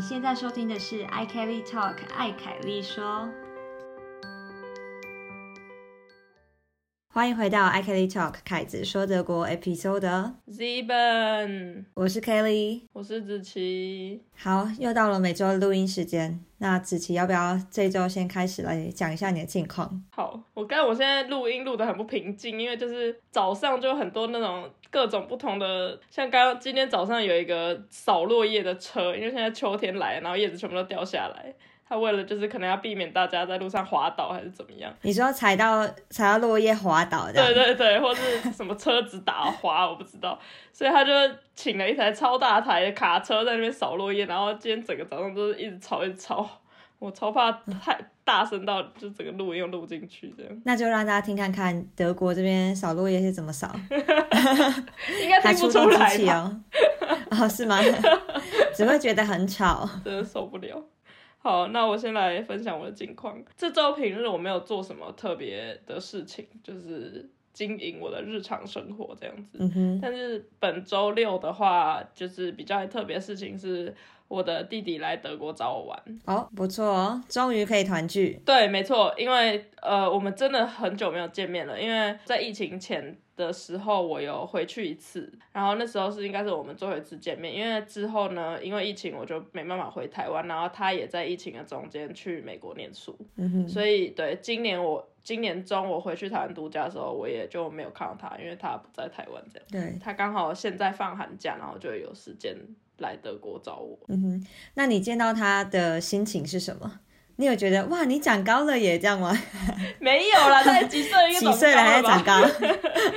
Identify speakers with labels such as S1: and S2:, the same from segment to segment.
S1: 现在收听的是《i Kelly Talk》艾凯丽说。欢迎回到《i Kelly Talk》凯子说德国 episode，
S2: Zeben，
S1: 我是 Kelly。
S2: 我是子琪。
S1: 好，又到了每周的录音时间。那子琪，要不要这周先开始来讲一下你的近况？
S2: 好，我刚我现在录音录的很不平静，因为就是早上就很多那种各种不同的，像刚刚今天早上有一个扫落叶的车，因为现在秋天来了，然后叶子全部都掉下来。他为了就是可能要避免大家在路上滑倒还是怎么样，
S1: 你说踩到踩到落叶滑倒这样？
S2: 对对对，或是什么车子打 滑，我不知道，所以他就请了一台超大台的卡车在那边扫落叶，然后今天整个早上都是一直吵一直吵， 我超怕太大声到就整个录音又录进去这样，
S1: 那就让大家听看看德国这边扫落叶是怎么扫，
S2: 应该
S1: 还
S2: 听不出
S1: 动机
S2: 来
S1: 器
S2: 吧，
S1: 哦。哦，是吗？ 只会觉得很吵。
S2: 真的受不了。好，那我先来分享我的近况。这周平日我没有做什么特别的事情，就是经营我的日常生活这样子。
S1: 嗯哼，
S2: 但是本周六的话，就是比较特别的事情是，我的弟弟来德国找我玩。
S1: 哦，不错哦，终于可以团聚。
S2: 对，没错，因为呃，我们真的很久没有见面了，因为在疫情前的时候，我有回去一次，然后那时候是应该是我们最后一次见面，因为之后呢，因为疫情我就没办法回台湾，然后他也在疫情的中间去美国念书，
S1: 嗯哼，
S2: 所以对，今年我今年中我回去台湾度假的时候，我也就没有看到他，因为他不在台湾这样。
S1: 对，
S2: 他刚好现在放寒假，然后就有时间来德国找我。
S1: 嗯哼，那你见到他的心情是什么？你有觉得哇，你长高了耶这样吗？
S2: 没有啦，他几岁应 该
S1: 几岁了还在长
S2: 吧？
S1: 高？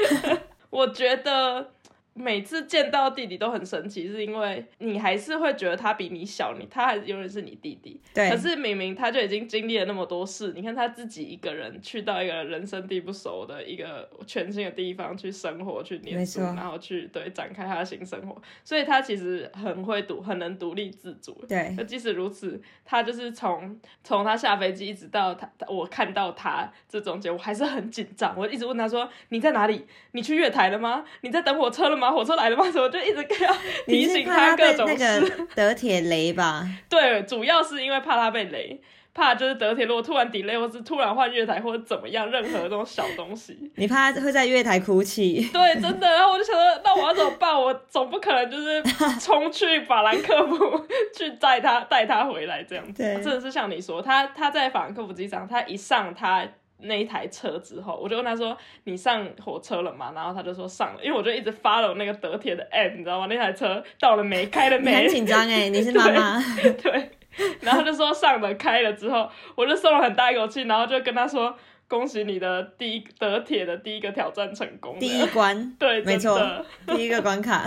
S2: 我觉得每次见到弟弟都很神奇，是因为你还是会觉得他比你小，你他还是永远是你弟弟。可
S1: 对，
S2: 是明明他就已经经历了那么多事，你看他自己一个人去到一个人生地不熟的一个全新的地方去生活、去念书，
S1: 没错
S2: 然后去对展开他的新生活，所以他其实很会独、很能独立自主。
S1: 对
S2: 那即使如此，他就是从从他下飞机一直到他我看到他这中间，我还是很紧张。我一直问他说：“你在哪里？你去月台了吗？你在等火车了吗？火车来了吗？”什么就一直跟他
S1: 你
S2: 提
S1: 是
S2: 醒
S1: 怕他
S2: 各
S1: 被
S2: 种
S1: 那
S2: 事。
S1: 个德铁雷吧？。
S2: 对，主要是因为怕他被雷，怕就是德铁如果突然 delay 或是突然换月台或者怎么样，任何这种小东西
S1: 你怕他会在月台哭泣？
S2: 对，真的，然后我就想说，那我要怎么办？我总不可能就是冲去法兰克福去载他带他回来这样子。啊
S1: 对
S2: 真的是像你说，他他在法兰克福机场，他一上他那一台车之后，我就问他说：“你上火车了吗？”然后他就说上了，因为我就一直 follow 那个德铁的 app，你知道吗？那台车到了没？开了
S1: 你
S2: 没
S1: 很？紧张哎，你是妈妈，
S2: 对，然后就说上了开了之后，我就松了很大一口气，然后就跟他说恭喜你的第一德铁的第一个挑战成功。
S1: 第一关，
S2: 对，
S1: 没
S2: 真
S1: 错
S2: 的，
S1: 第一个关卡，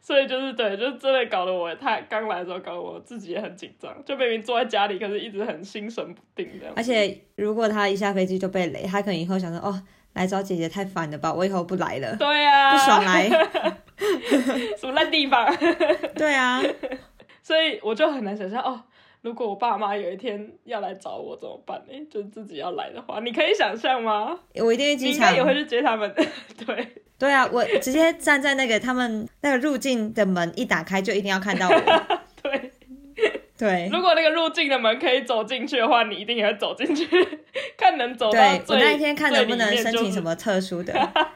S2: 所以就是对，就真的搞得我他刚来的时候搞得我自己也很紧张，就明明坐在家里，可是一直很心神不定这样。
S1: 而且如果他一下飞机就被雷，他可能以后想说哦，来找姐姐太烦了吧，我以后不来了，
S2: 对啊，
S1: 不爽来，
S2: 什么烂地方，
S1: 对啊，
S2: 所以我就很难想象哦。如果我爸妈有一天要来找我怎么办呢？就自己要来的话，你可以想象吗？
S1: 我一定去
S2: 你
S1: 机
S2: 应
S1: 场
S2: 该，也会去接他们， 对。
S1: 对啊，我直接站在那个他们那个入境的门一打开就一定要看到我，
S2: 对，
S1: 对。
S2: 如果那个入境的门可以走进去的话，你一定也会走进去， 看能走
S1: 对
S2: 到最。
S1: 我那一天看能不能申请什
S2: 么？
S1: 么特殊 的，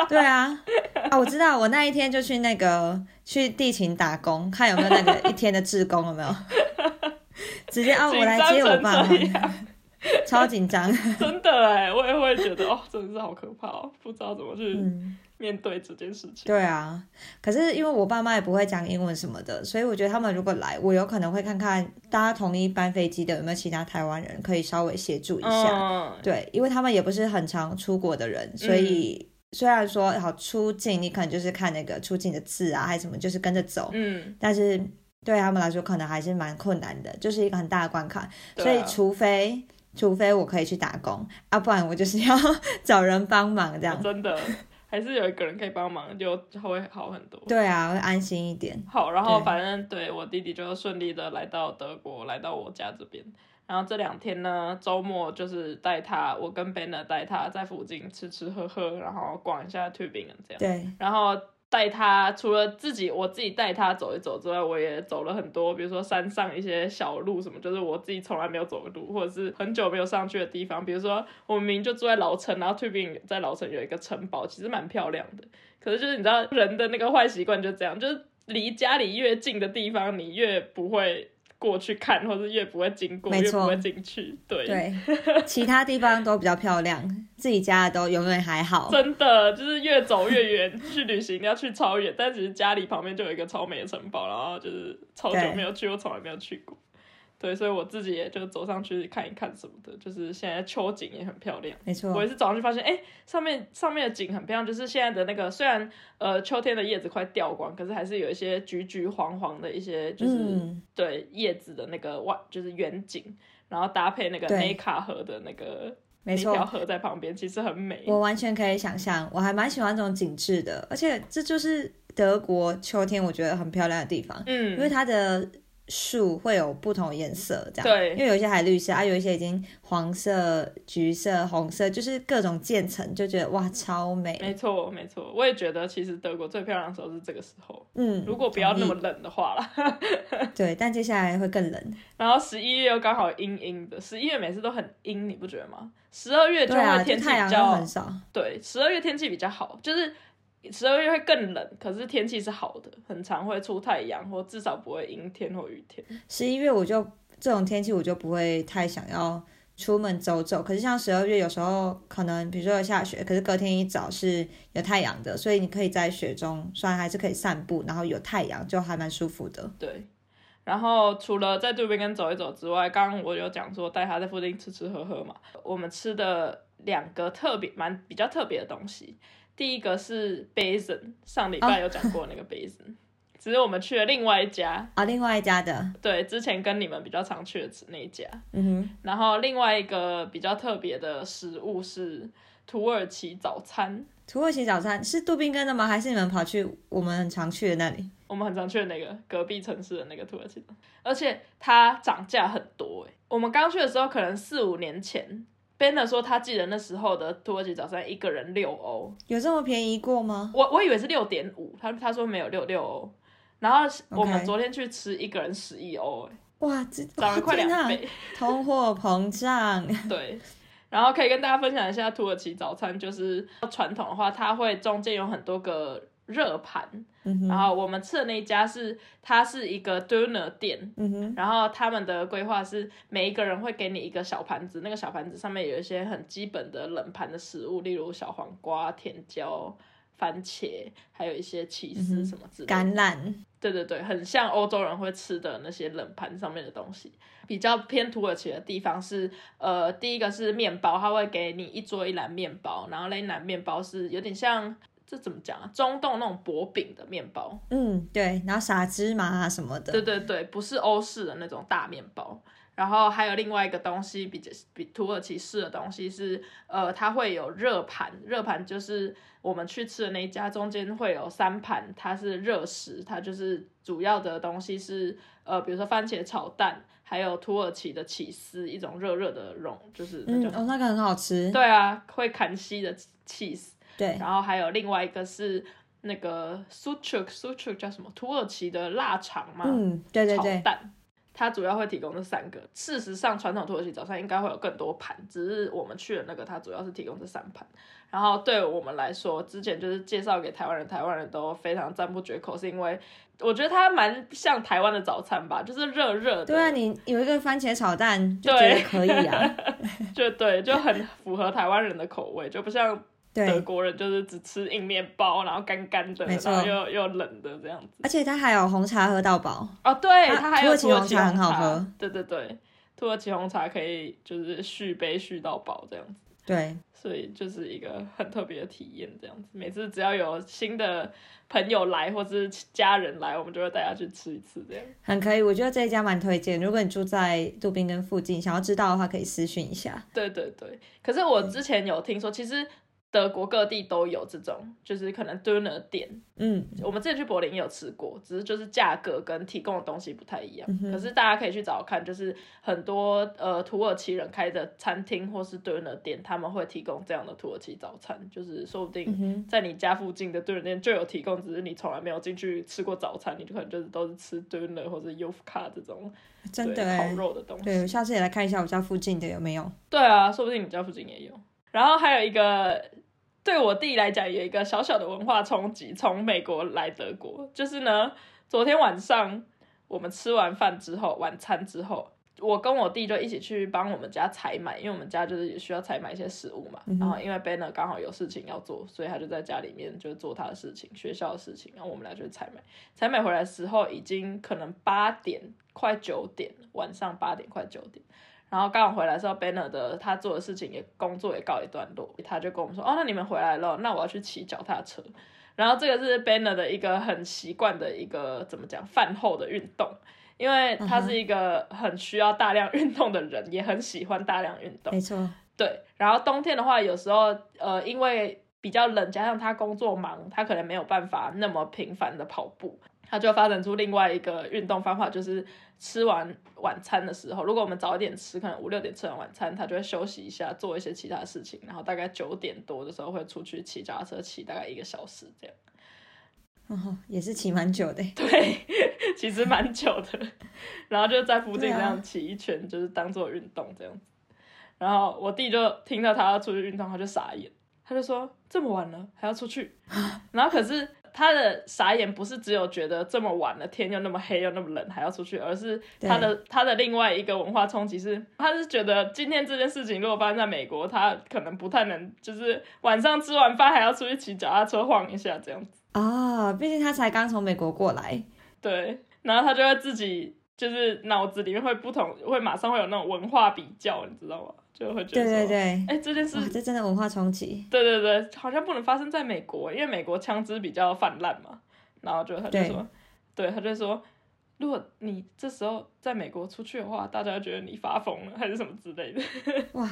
S1: 对啊，啊我知道，我那一天就去那个去地勤打工，看有没有那 个一天的志工有没有，直接啊我来接我爸
S2: 紧张成
S1: 妈， 超紧张，
S2: 真的哎，我也会觉得哦，真的是好可怕哦，不知道怎么去
S1: 嗯，
S2: 面对这件事情。
S1: 对啊，可是因为我爸妈也不会讲英文什么的，所以我觉得他们如果来，我有可能会看看大家同一班飞机的有没有其他台湾人可以稍微协助一下，
S2: 嗯，
S1: 对，因为他们也不是很常出国的人，所以
S2: 嗯
S1: 虽然说好出境，你可能就是看那个出境的字啊，还是什么，就是跟着走，
S2: 嗯，
S1: 但是对他们来说可能还是蛮困难的，就是一个很大的关卡。
S2: 对啊
S1: 所以除非除非我可以去打工啊，不然我就是要 找人帮忙这样。
S2: 真的还是有一个人可以帮忙，就会好很多。
S1: 对啊，会安心一点。
S2: 好，然后
S1: 对
S2: 反正对我弟弟就顺利的来到德国，来到我家这边。然后这两天呢，周末就是带他，我跟 Banner 带他在附近吃吃喝喝，然后逛一下 t u b i n g 这样。
S1: 对，
S2: 然后带他，除了自己我自己带他走一走之外，我也走了很多，比如说山上一些小路什么，就是我自己从来没有走过路，或者是很久没有上去的地方。比如说我们明明就住在老城，然后退兵在老城有一个城堡，其实蛮漂亮的。可是就是你知道人的那个坏习惯就这样，就是离家里越近的地方，你越不会过去看，或者越不会经过，
S1: 没
S2: 越
S1: 错
S2: 不会进去。对。
S1: 对， 其他地方都比较漂亮，自己家的都永远还好。
S2: 真的就是越走越远，去旅行要去超远，但其实家里旁边就有一个超美的城堡，然后就是超久
S1: 对
S2: 没有去，我从来没有去过。对，所以我自己也就走上去看一看什么的，就是现在秋景也很漂亮。
S1: 没错
S2: 我，也是早上就发现，哎、上面上面的景很漂亮，就是现在的那个，虽然呃秋天的叶子快掉光，可是还是有一些橘橘黄黄的一些，就是、
S1: 嗯，
S2: 对叶子的那个外，就是远景，然后搭配那个
S1: 对
S2: 内卡河的那个
S1: 没
S2: 那
S1: 错
S2: 条。河在旁边，其实很美。
S1: 我完全可以想象，我还蛮喜欢这种景致的，而且这就是德国秋天我觉得很漂亮的地方，
S2: 嗯
S1: 因，为它的树会有不同颜色，这样
S2: 对
S1: 因为有一些还绿色，啊，有一些已经黄色、橘色、红色，就是各种渐层，就觉得哇，超美。
S2: 没错，没错，我也觉得其实德国最漂亮的时候是这个时候，
S1: 嗯，
S2: 如果不要那么
S1: 同
S2: 冷的话啦。
S1: 意对，但接下来会更冷。
S2: 然后十一月又刚好阴阴的，十一月每次都很阴，你不觉得吗？十二 月就
S1: 对啊，
S2: 会
S1: 就
S2: 天气
S1: 太
S2: 比
S1: 阳
S2: 较、
S1: 都很少。
S2: 对，十二月天气比较好，就是十二月会更冷，可是天气是好的，很常会出太阳，或至少不会阴天或雨天。
S1: 十一月我就这种天气我就不会太想要出门走走，可是像十二月有时候可能比如说有下雪，可是隔天一早是有太阳的，所以你可以在雪中，虽然还是可以散步，然后有太阳就还蛮舒服的。
S2: 对，然后除了在杜宾根走一走之外，刚刚我有讲说带他在附近吃吃喝喝嘛，我们吃的两个特别蛮比较特别的东西，第一个是 basin，上礼拜有讲过那个 basin，、只是我们去了另外一家，
S1: 啊，另外一家的，
S2: 对，之前跟你们比较常去的吃那一家，
S1: 嗯
S2: 然后另外一个比较特别的食物是土耳其早餐。
S1: 哼，土耳其早餐是杜宾根的吗？还是你们跑去我们很常去的那里？
S2: 我们很常去的那个隔壁城市的那个土耳其的，而且它涨价很多诶、欸我们刚去的时候，可能四五年前，Banner 说他记得那时候的土耳其早餐一个人六欧，
S1: 有这么便宜过吗？
S2: 我我以为是六点五，他他说没有六六欧。然后我们昨天去吃，一个人十一欧，诶
S1: 哇，这
S2: 涨
S1: 哇
S2: 了快
S1: 天
S2: 两
S1: 哪，
S2: 倍。
S1: 通货膨胀，
S2: 对，然后可以跟大家分享一下土耳其早餐，就是传统的话，它会中间有很多个热盘，
S1: 嗯
S2: 然
S1: 哼，
S2: 后我们吃的那一家是它是一个 doner 店，
S1: 嗯哼，
S2: 然后他们的规划是每一个人会给你一个小盘子，那个小盘子上面有一些很基本的冷盘的食物，例如小黄瓜、甜椒、番茄，还有一些起司什么之类的。
S1: 橄榄，
S2: 对对对，很像欧洲人会吃的那些冷盘上面的东西。比较偏土耳其的地方是，呃，第一个是面包，它会给你一桌一篮面包，然后那一篮面包是有点像这怎么讲啊？中东那种薄饼的面包，
S1: 嗯，对，然后撒芝麻啊什么的，
S2: 对对对，不是欧式的那种大面包。然后还有另外一个东西，比较比土耳其式的东西是，呃，它会有热盘，热盘就是我们去吃的那一家，中间会有三盘，它是热食，它就是主要的东西是，呃，比如说番茄炒蛋，还有土耳其的起司，一种热热的蓉，就是那
S1: 嗯，
S2: 种，
S1: 哦，那个很好吃，
S2: 对啊，会砍西的 cheese，
S1: 对，
S2: 然后还有另外一个是那个 sucuk sucuk 叫什么？土耳其的腊肠嘛，
S1: 嗯，对对
S2: 炒
S1: 对，
S2: 蛋。它主要会提供这三个。事实上，传统土耳其早餐应该会有更多盘，只是我们去的那个，它主要是提供这三盘。然后对我们来说，之前就是介绍给台湾人，台湾人都非常赞不绝口，是因为我觉得它蛮像台湾的早餐吧，就是热热的，
S1: 对啊，你有一个番茄炒蛋就觉
S2: 对
S1: 得可以啊，
S2: 就对，就很符合台湾人的口味，就不像德
S1: 对，
S2: 国人就是只吃硬面包，然后干干的，
S1: 没
S2: 然
S1: 错
S2: 后又又冷的这样子。
S1: 而且它还有红茶喝到饱，
S2: 哦，对，
S1: 它
S2: 它还
S1: 啊土
S2: 有
S1: 耳其
S2: 耳
S1: 红
S2: 其
S1: 茶
S2: 红
S1: 很好喝
S2: 对对对，土耳其红茶可以就是续杯续到饱这样子，
S1: 对，
S2: 所以就是一个很特别的体验这样子。每次只要有新的朋友来或是家人来，我们就会带他去吃一次这样。
S1: 很可以，我觉得这一家蛮推荐，如果你住在杜宾根附近，想要知道的话可以私讯一下，
S2: 对对对，可是我之前有听说，其实德国各地都有这种，就是可能 dinner 店，
S1: 嗯，
S2: 我们之前去柏林也有吃过，只是就是价格跟提供的东西不太一样。
S1: 嗯哼
S2: 可是大家可以去找看，就是很多呃土耳其人开的餐厅或是 dinner 店，他们会提供这样的土耳其早餐，就是说
S1: 嗯
S2: 不定
S1: 哼，
S2: 在你家附近的 dinner 店就有提供，只是你从来没有进去吃过早餐，你就可能就是都是吃 dinner 或者 y u f k a 这种
S1: 真的
S2: 对烤
S1: 哎，
S2: 肉的东西。
S1: 对，我下次也来看一下我家附近的有没有。
S2: 对啊，说不定你家附近也有。然后还有一个，对我弟来讲有一个小小的文化冲击，从美国来德国，就是呢，昨天晚上我们吃完饭之后，晚餐之后，我跟我弟就一起去帮我们家采买，因为我们家就是也需要采买一些食物嘛。
S1: 嗯哼
S2: 然后因为 Banner 刚好有事情要做，所以他就在家里面就做他的事情，学校的事情，然后我们俩就去采买。采买回来的时候已经可能八点快九点了，晚上八点快九点。然后刚好回来的时候，Banner 的他做的事情也工作也告一段落，他就跟我们说：“哦，那你们回来了，那我要去骑脚踏车。”然后这个是 Banner 的一个很习惯的一个怎么讲饭后的运动，因为他
S1: 嗯哼
S2: 是一个很需要大量运动的人，也很喜欢大量运动
S1: 没。错，
S2: 对，然后冬天的话，有时候呃，因为比较冷，加上他工作忙，他可能没有办法那么频繁的跑步，他就发展出另外一个运动方法，就是吃完晚餐的时候，如果我们早一点吃，可能五六点吃完晚餐，他就会休息一下，做一些其他事情，然后大概九点多的时候会出去骑脚踏车，骑大概一个小时这样。
S1: 哦，也是骑蛮久的欸。
S2: 对， 其实蛮久的，然后就在附近
S1: 对啊
S2: 这样骑一圈，就是当做运动这样子。然后我弟就听到他要出去运动，他就傻眼，他就说这么晚了还要 出去，然后可是他的傻眼不是只有觉得这么晚了天又那么黑又那么冷还要出去，而是他的他的另外一个文化冲击是，他是觉得今天这件事情如果发生在美国，他可能不太能就是晚上吃完饭还要出去骑脚踏车晃一下这样子。
S1: 啊、毕竟他才刚从美国过来，
S2: 对，然后他就会自己就是脑子里面会不同，会马上会有那种文化比较，你知道吗？就会觉
S1: 对
S2: 得
S1: 对嗯对，
S2: 说，哎，这件事
S1: 哇，，这真的文化冲击。
S2: 对对对，好像不能发生在美国，因为美国枪支比较泛滥嘛。然后就他就
S1: 对
S2: 说，对，他就说，如果你这时候在美国出去的话，大家觉得你发疯了还是什么之类的，
S1: 哇，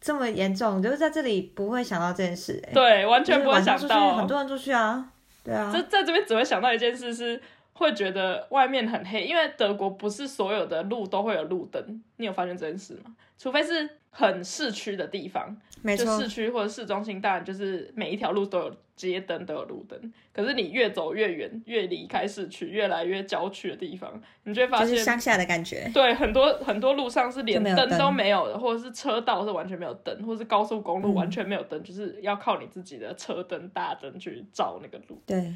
S1: 这么严重，就是在这里不会想到这件事、欸，
S2: 对，完
S1: 就
S2: 全
S1: 是
S2: 不会
S1: 晚
S2: 想
S1: 上出去，
S2: 到
S1: 很，多人出去啊，对啊，
S2: 这在这边只会想到一件事是。会觉得外面很黑，因为德国不是所有的路都会有路灯，你有发现这件事吗？除非是很市区的地方，
S1: 没
S2: 就
S1: 错
S2: 市，区或者市中心，当然就是每一条路都有街灯，都有路灯。可是你越走越远，越离开市区，越来越郊区的地方，你就会发
S1: 就是
S2: 现，
S1: 乡下的感觉，
S2: 对，很多很多路上是连
S1: 就没有
S2: 灯
S1: 灯
S2: 都没有的，或者是车道是完全没有灯，或者是高速公路
S1: 嗯
S2: 完全没有灯，就是要靠你自己的车灯、大灯去照那个路。
S1: 对，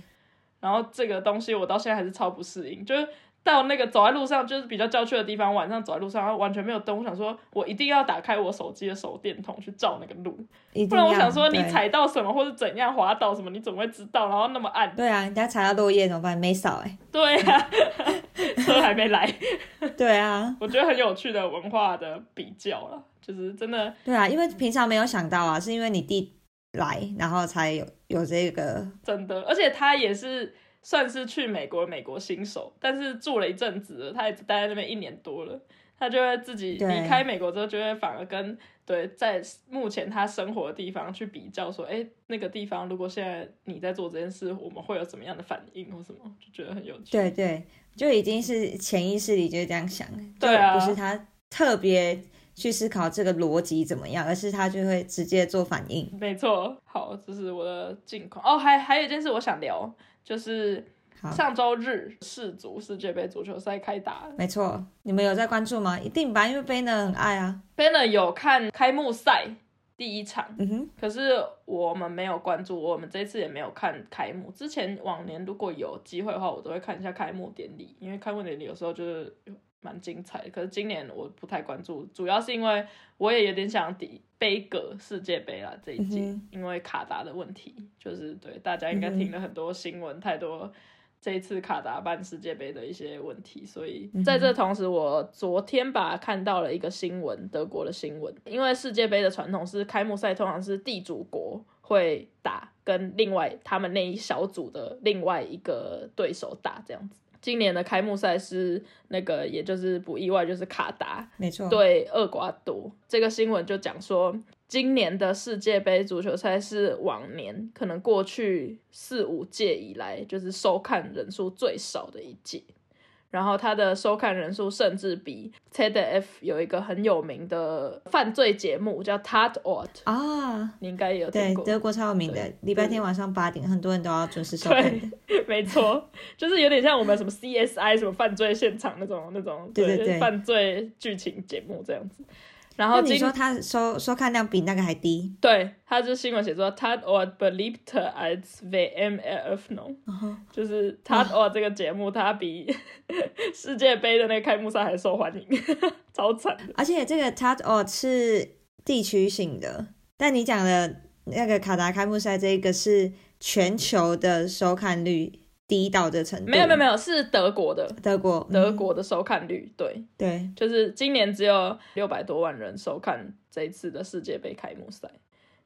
S2: 然后这个东西我到现在还是超不适应，就是到那个走在路上，就是比较郊区的地方，晚上走在路上，然后完全没有灯，我想说我一定要打开我手机的手电筒去照那个路，
S1: 一定
S2: 不然我
S1: 要
S2: 想说你
S1: 对
S2: 踩到什么或者怎样滑倒什么，你怎么会知道？然后那么暗，
S1: 对啊，人家踩到落叶怎么办？没扫哎、
S2: 对呀、 车还没来，
S1: 对啊，
S2: 我觉得很有趣的文化的比较了，就是真的
S1: 对啊，因为平常没有想到啊，是因为你弟来，然后才有有这个，
S2: 真的，而且他也是算是去美国美国新手，但是住了一阵子了，他也只待在那边一年多了，他就会自己
S1: 对
S2: 离开美国之后，就会反而跟对在目前他生活的地方去比较，说，哎，那个地方如果现在你在做这件事，我们会有什么样的反应或什么，就觉得很有趣。
S1: 对对，就已经是潜意识里就是这样想，
S2: 对啊，
S1: 不是他特别去思考这个逻辑怎么样，而是他就会直接做反应。
S2: 没错。好，这是我的近况。哦，还还有一件事我想聊，就是
S1: 好
S2: 上周日世足世界杯足球赛开打了。
S1: 没错，你们有在关注吗？一定吧，因为 b a n n 很爱啊。
S2: Banner 有看开幕赛第一场，
S1: 嗯哼，
S2: 可是我们没有关注，我们这次也没有看开幕。之前往年如果有机会的话，我都会看一下开幕典礼，因为开幕典礼有时候就是蛮精彩的。可是今年我不太关注，主要是因为我也有点想抵杯葛世界杯啦这一季，
S1: 嗯
S2: 因为卡达的问题，就是对大家应该
S1: 嗯哼
S2: 听了很多新闻，太多。这一次卡达办世界杯的一些问题，所以在这同时，我昨天吧看到了一个新闻，德国的新闻，因为世界杯的传统是开幕赛通常是地主国会打，跟另外他们那一小组的另外一个对手打这样子。今年的开幕赛是那个，也就是不意外，就是卡达，
S1: 没错。
S2: 对厄瓜多这个新闻就讲说，今年的世界杯足球赛是往年可能过去四五届以来就是收看人数最少的一届，然后它的收看人数甚至比 TEDF 有一个很有名的犯罪节目叫 Tat Ort，
S1: 啊，
S2: 你应该也有听
S1: 对，
S2: 过。
S1: 德国超有名的，礼拜天晚上八点，很多人都要准时收看的。
S2: 没错，就是有点像我们什么 CSI 什么犯罪现场那种那种
S1: 对对对
S2: 犯罪剧情节目这样子。然
S1: 那
S2: 后
S1: 你
S2: 今
S1: 说他收收看量比那个还低，
S2: 对他这新闻写说 Tat Ort beliebter als WM e r f n o
S1: 然后
S2: 就是 Tat Ort 这个节目，它比世界杯的那个开幕赛还受欢迎， 超惨的。
S1: 而且这个 Tat o 是地区性的，但你讲的那个卡达开幕赛这一个是全球的收看率低到的程度，
S2: 没有没有没有，是德国的
S1: 德国
S2: 德、
S1: 嗯
S2: 国的收看率，对，
S1: 对，
S2: 就是今年只有六百多万人收看这一次的世界杯开幕赛，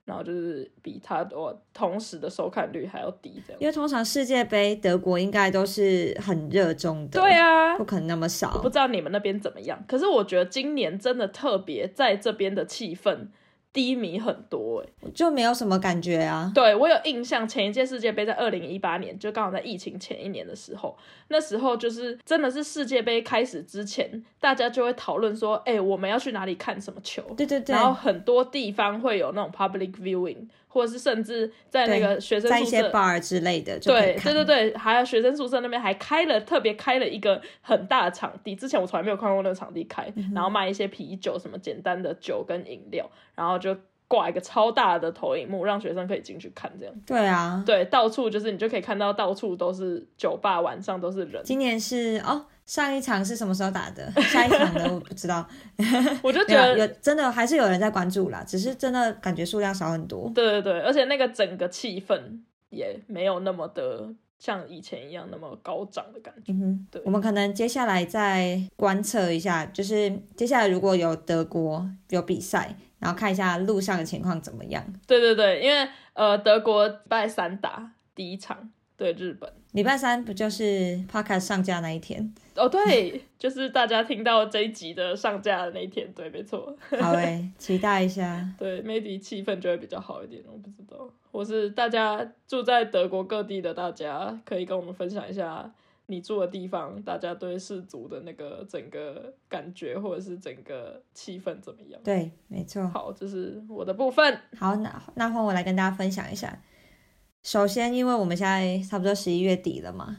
S2: 然后就是比他我同时的收看率还要低这样。
S1: 因为通常世界杯德国应该都是很热衷的，
S2: 对，啊，
S1: 不可能那么
S2: 我
S1: 少
S2: 不，知道你们那边怎么样，可是我觉得今年真的特别在这边的气氛低迷很多哎、
S1: 就没有什么感觉啊。
S2: 对我有印象，前一届世界杯在二零一八年，就刚好在疫情前一年的时候，那时候就是真的是世界杯开始之前，大家就会讨论说，哎、我们要去哪里看什么球？
S1: 对对对
S2: 然，后很多地方会有那种 public viewing，或者是甚至在那个学生
S1: 在一
S2: 宿
S1: 些
S2: 舍。
S1: bar 之类的就可以
S2: 对
S1: 看
S2: 对对对，还有学生宿舍那边还开了特别开了一个很大的场地，之前我从来没有看过那个场地开，
S1: 嗯
S2: 然后卖一些啤酒什么简单的酒跟饮料，然后就挂一个超大的投影幕，让学生可以进去看这样。
S1: 对啊，
S2: 对，到处就是你就可以看到到处都是酒吧，晚上都是人。
S1: 今年是哦，上一场是什么时候打的？ 下一场的我不知道。
S2: 我 就
S1: 没
S2: 觉
S1: 有啊
S2: 得
S1: 有真的还是有人在关注啦，只是真的感觉数量少很多。
S2: 对对对，而且那个整个气氛也没有那么的像以前一样那么高涨的感觉。
S1: 嗯哼，
S2: 对
S1: 我们可能接下来再观测一下，就是接下来如果有德国有比赛，然后看一下路上的情况怎么样。
S2: 对对对，因为呃，德国礼拜三打第一场对日本。
S1: 礼拜三不就是 podcast 上架那一天？
S2: 哦，对，就是大家听到这一集的上架的那一天，对，没错，
S1: 好诶、 期待一下。
S2: 对，maybe 气氛就会比较好一点，我不知道，或是大家住在德国各地的大家，可以跟我们分享一下你住的地方，大家对氏族的那个整个感觉，或者是整个气氛怎么样？
S1: 对，没错。
S2: 好，这是我的部分。
S1: 好，那那换我来跟大家分享一下。首先，因为我们现在差不多十一月底了嘛，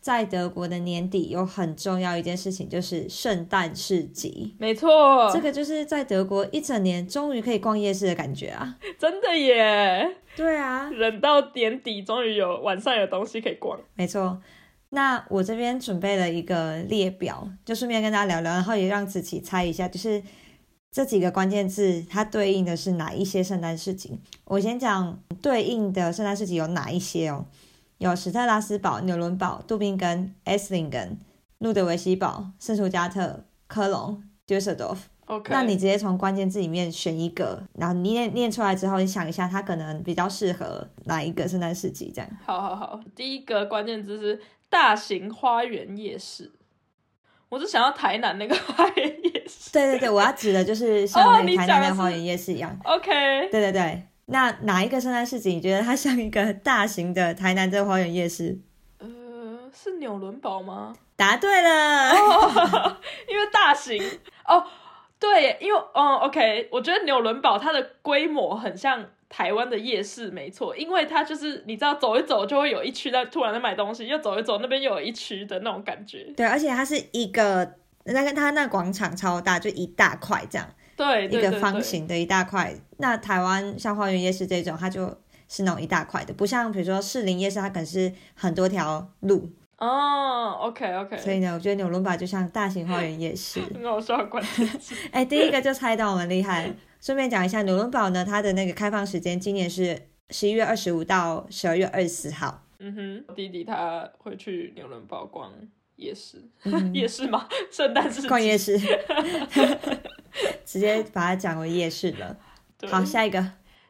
S1: 在德国的年底有很重要一件事情，就是圣诞市集。
S2: 没错，
S1: 这个就是在德国一整年终于可以逛夜市的感觉啊！
S2: 真的耶！
S1: 对啊，
S2: 忍到年底，终于有晚上有东西可以逛。
S1: 没错。那我这边准备了一个列表，就顺便跟大家聊聊，然后也让子琪猜一下，就是这几个关键字它对应的是哪一些圣诞市集。我先讲对应的圣诞市集有哪一些哦，有史特拉斯堡、纽伦堡、杜宾根、s 林根、路德维希堡、圣舒加特、科隆、Düsseldorf。
S2: OK，
S1: 那你直接从关键字里面选一个，然后你念念出来之后，你想一下，它可能比较适合哪一个圣诞市集这样。
S2: 好好好，第一个关键字是大型花园夜市。我就想要台南那个 花园夜市。
S1: 对对对，我要指的 就是像
S2: 哦
S1: 那
S2: 你
S1: 个台
S2: 讲
S1: 南
S2: 的
S1: 的
S2: 是
S1: 花园夜市一样。
S2: OK，
S1: 对对对，那哪一个圣诞市集你觉得它像一个大型的台南这个花园夜市？
S2: 呃，是纽伦堡吗？
S1: 答对了，
S2: 哦，因为大型哦，对耶，因为嗯，OK，我觉得纽伦堡它的规模很像台湾的夜市，没错，因为它就是你知道走一走就会有一区在突然在买东西，又走一走那边又有一区的那种感觉。
S1: 对，而且它是一个那个它那广场超大，就一大块这样，
S2: 对，
S1: 一
S2: 对
S1: 个
S2: 对
S1: 方
S2: 对
S1: 形的一大块。那台湾像花园夜市这种，它就是那种一大块的，不像比如说士林夜市，它可能是很多条路。
S2: 哦，OK
S1: 所
S2: OK，
S1: 以呢，我觉得纽伦堡就像大型花园夜市。
S2: 很好笑的关键词。
S1: 哎、第一个就猜到我们厉害。顺便讲一下，纽伦堡呢，它的那个开放时间今年是十一月二十五到十二月二十四号。
S2: 嗯哼，弟弟他会去纽伦堡逛夜 市，
S1: 嗯
S2: 夜市吗？ 圣诞市
S1: 逛
S2: 集
S1: 夜市， 直接把它讲为夜市了。
S2: 对
S1: 好，下一个，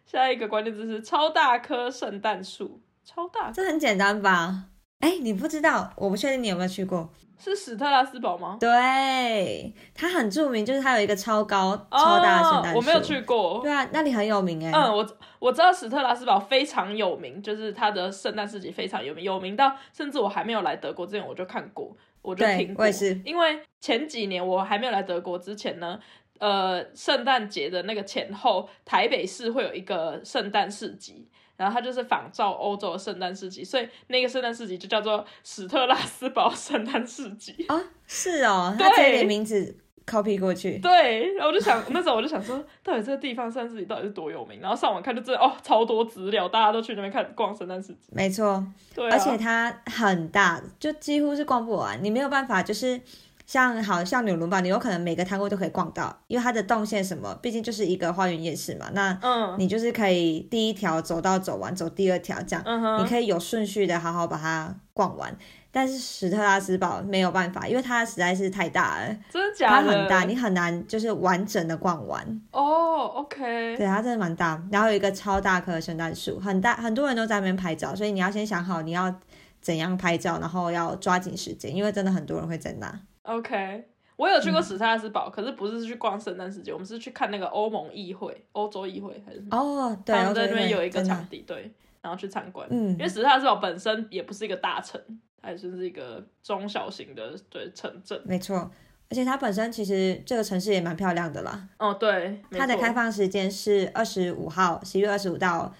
S2: 下一个关键字是超大棵圣诞树，超大棵
S1: 这很简单吧？哎，你不知道，我不确定你有没有去过。
S2: 是史特拉斯堡吗？
S1: 对，它很著名，就是它有一个超高、
S2: 哦
S1: 超大的圣诞树。
S2: 我没有。去过。
S1: 对啊，那里很有名哎、
S2: 嗯，我我知道史特拉斯堡非常有名，就是它的圣诞市集非常有名，有名到甚至我还没有来德国之前我就看过，我就
S1: 对
S2: 听过。
S1: 我也是
S2: 因为前几年我还没有来德国之前呢，呃，圣诞节的那个前后，台北市会有一个圣诞市集。然后它就是仿照欧洲的圣诞市集，所以那个圣诞市集就叫做史特拉斯堡 圣诞市集。
S1: 哦，是哦，
S2: 对
S1: 它直接连名字 copy 过去。
S2: 对，然后我就想那时候我就想说，到底这个地方圣诞市集到底是多有名？然后上网看就真的哦，超多资料，大家都去那边看逛圣诞市集。
S1: 没错，
S2: 对、啊，
S1: 而且它很大，就几乎是逛不完，你没有办法就是。像好像纽伦堡，你有可能每个摊位都可以逛到，因为它的动线什么，毕竟就是一个花园夜市嘛。那
S2: 嗯
S1: 你就是可以第一条走到走完，走第二条这样。
S2: 嗯
S1: 你
S2: 哼，
S1: 可以有顺序的好好把它逛完。但是史特拉斯堡没有办法，因为它实在是太大了，
S2: 真的假
S1: 它
S2: 的？
S1: 很大，你很难就是完整的逛完。
S2: 哦，OK，
S1: 对，它真的蛮大，然后有一个超大棵的圣诞树，很大，很多人都在那边拍照，所以你要先想好你要怎样拍照，然后要抓紧时间，因为真的很多人会在那。
S2: OK，我有去
S1: 嗯
S2: 过史特拉斯堡，可是不是去逛圣诞市集，我们是去看那个欧盟议会、欧洲议会还是什么？
S1: 哦，对，
S2: 他
S1: 我
S2: 们在那边有一个
S1: 真
S2: 场
S1: 的，
S2: 地，对，然后去参观。
S1: 嗯
S2: 因为，史特拉斯堡本身也不是一个大城，它也就是一个中小型的对城镇。
S1: 没错。而且它本身其实这个城市也蛮漂亮的啦，
S2: 哦，对，没
S1: 它的
S2: 错
S1: 开放时间是二十五号，十一月二十五到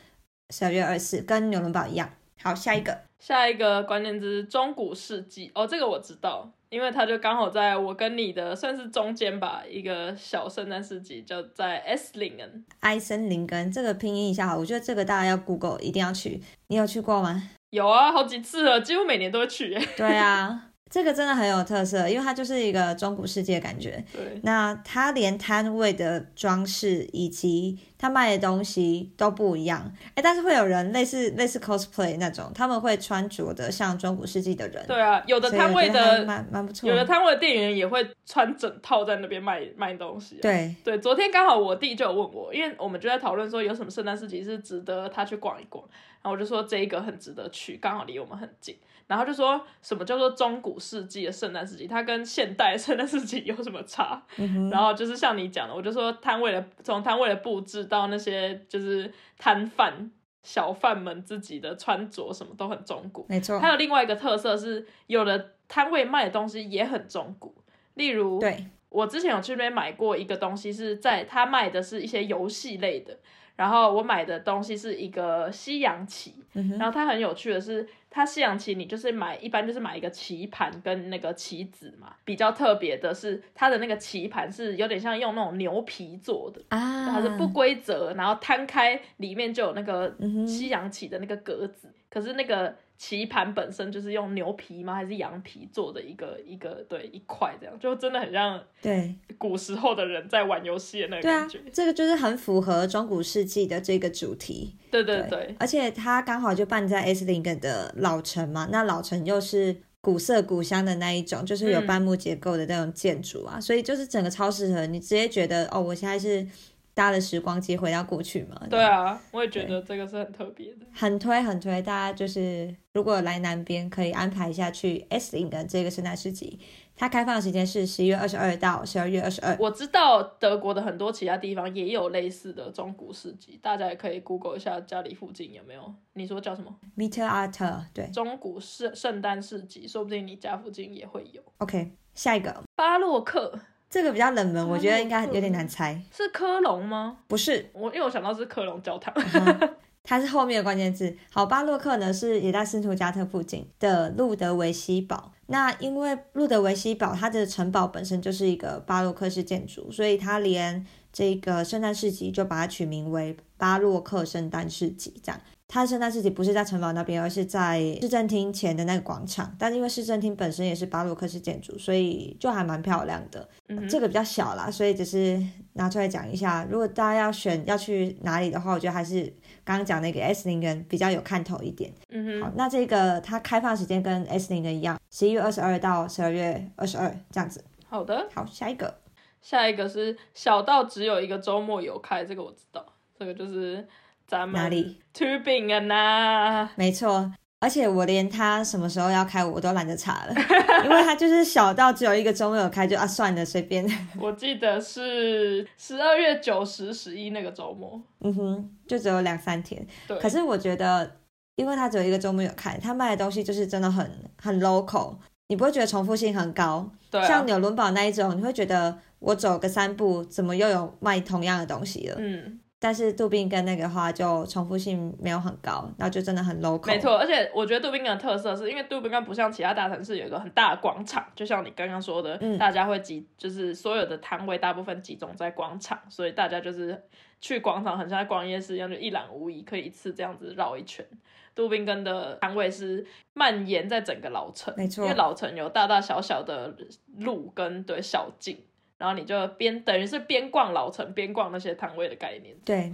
S1: 十二月二十四，跟纽伦堡一样。好，下一个，
S2: 下一个关键字是中古世纪哦，这个我知道，因为它就刚好在我跟你的算是中间吧，一个小圣诞市集，就在 S 林恩。
S1: 埃森林根，这个拼音一下好，我觉得这个大家要 Google，一定要去。你有去过吗？
S2: 有啊，好几次了，几乎每年都会去耶。
S1: 对啊，这个真的很有特色，因为它就是一个中古世界的感觉。
S2: 对，
S1: 那它连摊位的装饰以及它卖的东西都不一样，哎，但是会有人类似类似 cosplay 那种，他们会穿着的像中古世纪的人，
S2: 对啊，有的
S1: 所以
S2: 摊
S1: 我
S2: 位
S1: 觉得还
S2: 的
S1: 蛮蛮不错
S2: 有的，摊位的店员也会穿整套在那边卖卖东西啊、
S1: 对，
S2: 对，昨天刚好我弟就有问我，因为我们就在讨论说有什么圣诞市集是值得他去逛一逛，然后我就说这一个很值得去，刚好离我们很近。然后就说什么叫做中古世纪的圣诞市集，它跟现代圣诞市集有什么差？
S1: 嗯哼。
S2: 然后就是像你讲的，我就说摊位的从摊位的布置到那些就是摊贩小贩们自己的穿着什么都很中古。
S1: 没错
S2: 还，有另外一个特色是，有的摊位卖的东西也很中古，例如
S1: 对，
S2: 我之前有去那边买过一个东西，是在他卖的是一些游戏类的，然后我买的东西是一个西洋棋，
S1: 嗯哼，
S2: 然后它很有趣的是，它西洋棋你就是买一般就是买一个棋盘跟那个棋子嘛，比较特别的是它的那个棋盘是有点像用那种牛皮做的，
S1: 啊，
S2: 它是不规则，然后摊开里面就有那个
S1: 嗯哼
S2: 西洋棋的那个格子，可是那个棋盘本身就是用牛皮吗？还是羊皮做的一个一个对一块这样，就真的很像
S1: 对
S2: 古时候的人在玩游戏的那个
S1: 对啊
S2: 感觉。，
S1: 这个就是很符合中古世纪的这个主题，
S2: 对对对，
S1: 而且它刚好就办在 S 林根的老城嘛，那老城又是。古色古香的那一种，就是有
S2: 嗯
S1: 半木结构的那种建筑啊，所以就是整个超适合你，直接觉得哦，我现在是搭了时光机回到过去嘛。
S2: 对，啊，我也觉得这个是很特别的。
S1: 很推很推，大家就是如果来南边可以安排一下去 S 林根这个圣诞市集，它开放的时间是十一月二十二到十二月二十二。
S2: 我知道德国的很多其他地方也有类似的中古市集，大家也可以 Google 一下家里附近有没有。你说叫什么
S1: Meter Art，对
S2: 中古圣圣诞市集？说不定你家附近也会有。
S1: ，OK，下一个
S2: 巴洛克
S1: 这个比较冷门，
S2: 啊
S1: 我觉得应该有点难猜，
S2: 是科隆吗？
S1: 不是，
S2: 我因为我想到是科隆教堂。
S1: 啊它是后面的关键字。好，巴洛克呢是也在斯图加特附近的路德维希堡。那因为路德维希堡它的城堡本身就是一个巴洛克式建筑，所以它连这个圣诞市集就把它取名为巴洛克圣诞市集，这样。它的圣诞市集不是在城堡那边，而是在市政厅前的那个广场。但因为市政厅本身也是巴洛克式建筑，所以就还蛮漂亮的。
S2: 嗯哼
S1: 这个比较小啦，所以只是拿出来讲一下。如果大家要选要去哪里的话，我觉得还是刚刚讲那个 S 零跟比较有看头一点。
S2: 嗯
S1: 好
S2: 哼，，
S1: 那这个它开放时间跟 S 零跟一样，十一月二十二到十二月二十二这样子。
S2: 好的。
S1: 好，下一个
S2: 下一个是小到只有一个周末有开，这个我知道，这个就是咱们
S1: 哪里？
S2: Tubingen 啊，
S1: 没错，而且我连他什么时候要开我都懒得查 了，因为他就是小到只有一个周末有开就啊算了随便，
S2: 我记得是十二月九、十、十一那个周末。
S1: 嗯哼，就只有两三天。
S2: 对，
S1: 可是我觉得，因为他只有一个周末有开，他卖的东西就是真的很很 local，你不会觉得重复性很高。
S2: 对啊
S1: 像纽伦堡那一种，你会觉得我走个三步，怎么又有卖同样的东西了？
S2: 嗯，
S1: 但是杜宾跟那个花就重复性没有很高，然后就真的很 local。
S2: 没，错，而且我觉得杜宾港的特色是因为杜宾港不像其他大城市有一个很大的广场，就像你刚刚说的，
S1: 嗯
S2: 大家会集，就是所有的摊位大部分集中在广场，所以大家就是去广场，很像在逛夜市一样，就一览无遗，可以一次这样子绕一圈。杜宾根的摊位是蔓延在整个老城，
S1: 没错
S2: 因为老城有大大小小的路跟对小径，然后你就边等于是边逛老城边逛那些摊位的概念。
S1: 对。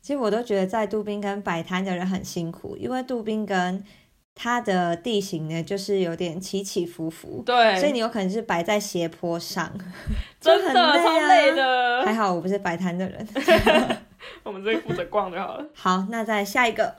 S1: 其实我都觉得在杜宾跟摆摊的人很辛苦，因为杜宾跟它的地形呢，就是有点起起伏伏，
S2: 对，
S1: 所以你有可能是摆在斜坡上，就
S2: 真
S1: 很
S2: 的
S1: 累
S2: 超
S1: 啊
S2: 累的。
S1: 还好我不是摆摊的人。
S2: 我们自己负责逛就好了。
S1: 好，那再下一个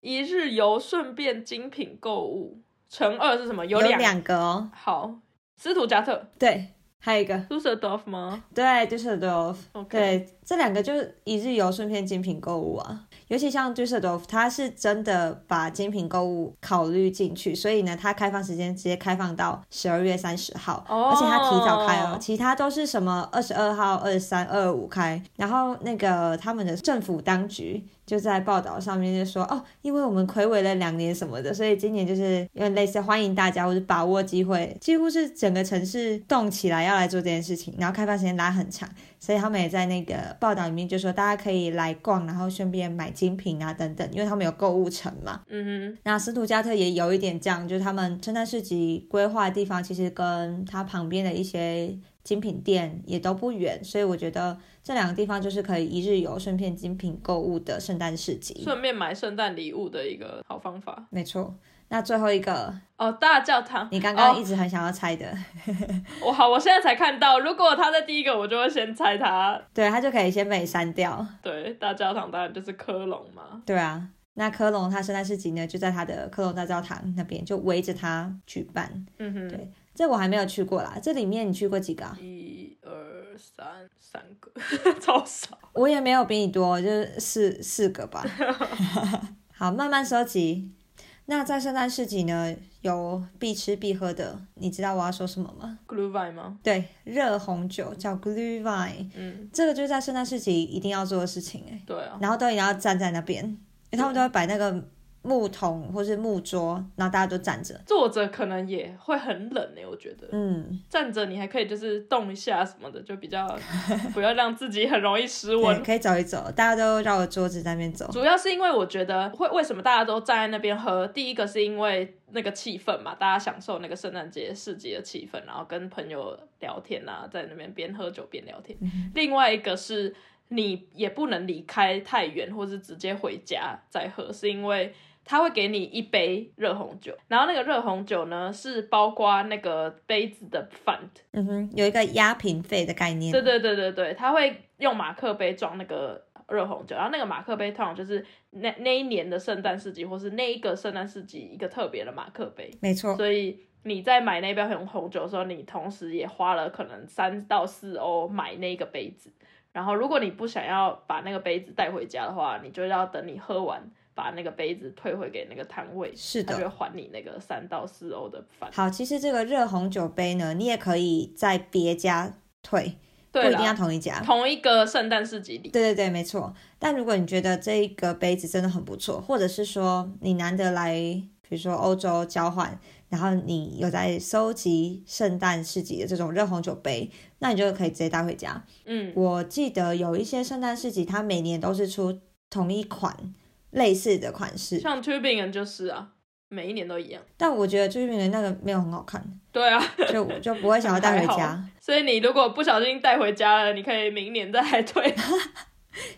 S2: 一日游顺便精品购物乘二是什么？有
S1: 有
S2: 两
S1: 两个哦，
S2: 好，斯图加特
S1: 对，还有一个
S2: d u s s e l d o r f 吗
S1: 对，就是都
S2: ？OK，
S1: 对，这两个就是一日游顺便精品购物啊。尤其像 Düsseldorf，它是真的把精品购物考虑进去，所以呢，它开放时间直接开放到十二月三十号，
S2: 哦
S1: 而且它提早开哦，其他都是什么二十二号、二十三、二五开。然后那个他们的政府当局就在报道上面就说，哦，因为我们暌违了两年什么的，所以今年就是有点类似欢迎大家或者把握机会，几乎是整个城市动起来要来做这件事情，然后开放时间拉很长。所以他们也在那个报道里面就说，大家可以来逛，然后顺便买精品啊等等，因为他们有购物城嘛。
S2: 嗯
S1: 那斯图加特也有一点这样，就是他们圣诞市集规划的地方，其实跟它旁边的一些精品店也都不远，所以我觉得这两个地方就是可以一日游，顺便精品购物的圣诞市
S2: 哼，
S1: 集。
S2: 顺便买圣诞礼物的一个好方法。
S1: 没错。那最后一个，
S2: 哦，大教堂，
S1: 你刚刚
S2: 哦
S1: 一直很想要猜的，
S2: 我、好，我现在才看到，如果他在第一个，我就会先猜他。
S1: 对，它就可以先被删掉。
S2: 对，大教堂当然就是科隆嘛。
S1: 对啊，那科隆它圣诞市集呢，就在它的科隆大教堂那边，就围着它举办。
S2: 嗯
S1: 对
S2: 哼，
S1: 这我还没有去过啦，这里面你去过几个、啊？
S2: 一二三，三个， 超少。
S1: 我也没有比你多，就是四四个 吧。好，慢慢收集。那在圣诞市集呢，有必吃必喝的，你知道我要说什么吗？
S2: Glühwein 吗？
S1: 对，热红酒叫 Glühwein，
S2: 嗯，
S1: 这个就是在圣诞市集一定要做的事情哎、
S2: 对啊，
S1: 然后都一定要站在那边，因为他们都会摆那个木桶或是木桌，然后大家都站着。
S2: 坐着可能也会很冷诶、欸我觉得。
S1: 嗯，
S2: 站着你还可以就是动一下什么的，就比较 不要让自己很容易失
S1: 嗯对，
S2: 温。
S1: 可以走一走，大家都绕着桌子在那边走。
S2: 主要是因为我觉得会为什么大家都站在那边喝，第一个是因为那个气氛嘛，大家享受那个圣诞节市集的气氛，然后跟朋友聊天啊，在那边边喝酒边聊天。另外一个是你也不能离开太远，或是直接回家再喝，是因为他会给你一杯热红酒，然后那个热红酒呢是包括那个杯子的 font，
S1: 嗯哼，有一个压瓶费的概念
S2: 对。对对对对，他会用马克杯装那个热红酒，然后那个马克杯通常就是那那一年的圣诞市集，或是那一个圣诞市集一个特别的马克杯，
S1: 没错，
S2: 所以。你在买那杯红红酒的时候，你同时也花了可能三到四欧买那个杯子。然后，如果你不想要把那个杯子带回家的话，你就要等你喝完，把那个杯子退回给那个摊位，
S1: 是
S2: 他就会
S1: 的。
S2: 还你那个三到四欧的饭。
S1: 好，其实这个热红酒杯呢，你也可以在别家退，不
S2: 对
S1: 一定要
S2: 啦，
S1: 同一家。
S2: 同一个圣诞市集里，
S1: 对对对，没错。但如果你觉得这一个杯子真的很不错，或者是说你难得来，比如说欧洲交换，然后你有在收集圣诞市集的这种热红酒杯，那你就可以直接带回家。
S2: 嗯，
S1: 我记得有一些圣诞市集，它每年都是出同一款类似的款式，
S2: 像 Tubingen 就是啊，每一年都一样。
S1: 但我觉得最近的那个没有很好看，
S2: 对啊，
S1: 就我就不会想要带回
S2: 还
S1: 家，
S2: 所以你如果不小心带回家了，你可以明年再 来退。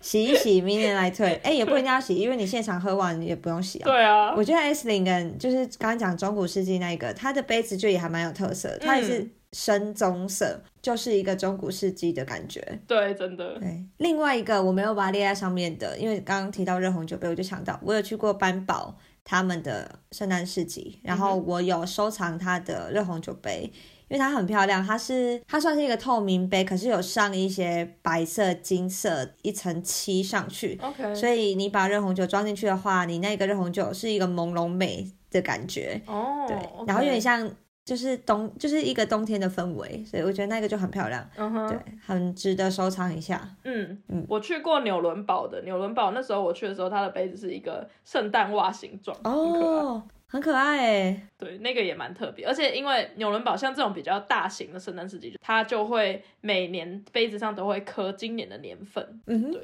S1: 洗一洗，明年来退。哎、也不一定要洗，因为你现场喝完也不用洗啊。
S2: 对啊，
S1: 我觉得 S 零跟就是刚刚讲中古世纪那一个，它的杯子就也还蛮有特色，它也是深棕色，就是一个中古世纪的感觉。
S2: 对，真的，
S1: 对，另外一个我没有把它列在上面的，因为刚刚提到热红酒杯，我就想到我有去过班宝他们的圣诞市集，然后我有收藏它的热红酒杯。因为它很漂亮，它是它算是一个透明杯，可是有上一些白色、金色一层漆上去，
S2: OK，
S1: 所以你把热红酒装进去的话，你那个热红酒是一个朦胧美的感觉，
S2: 哦，
S1: 对
S2: OK
S1: 然后有点，像就是冬，就是一个冬天的氛围，所以我觉得那个就很漂亮，
S2: 嗯哼，
S1: 对，很值得收藏一下。
S2: 嗯
S1: 嗯
S2: 我去过纽伦堡的，纽伦堡那时候我去的时候，它的杯子是一个圣诞袜形状，很可爱，
S1: 哦，很可爱诶，
S2: 对，那个也蛮特别，而且因为纽伦堡像这种比较大型的圣诞市集，它就会每年杯子上都会刻今年的年份，
S1: 嗯哼，
S2: 对，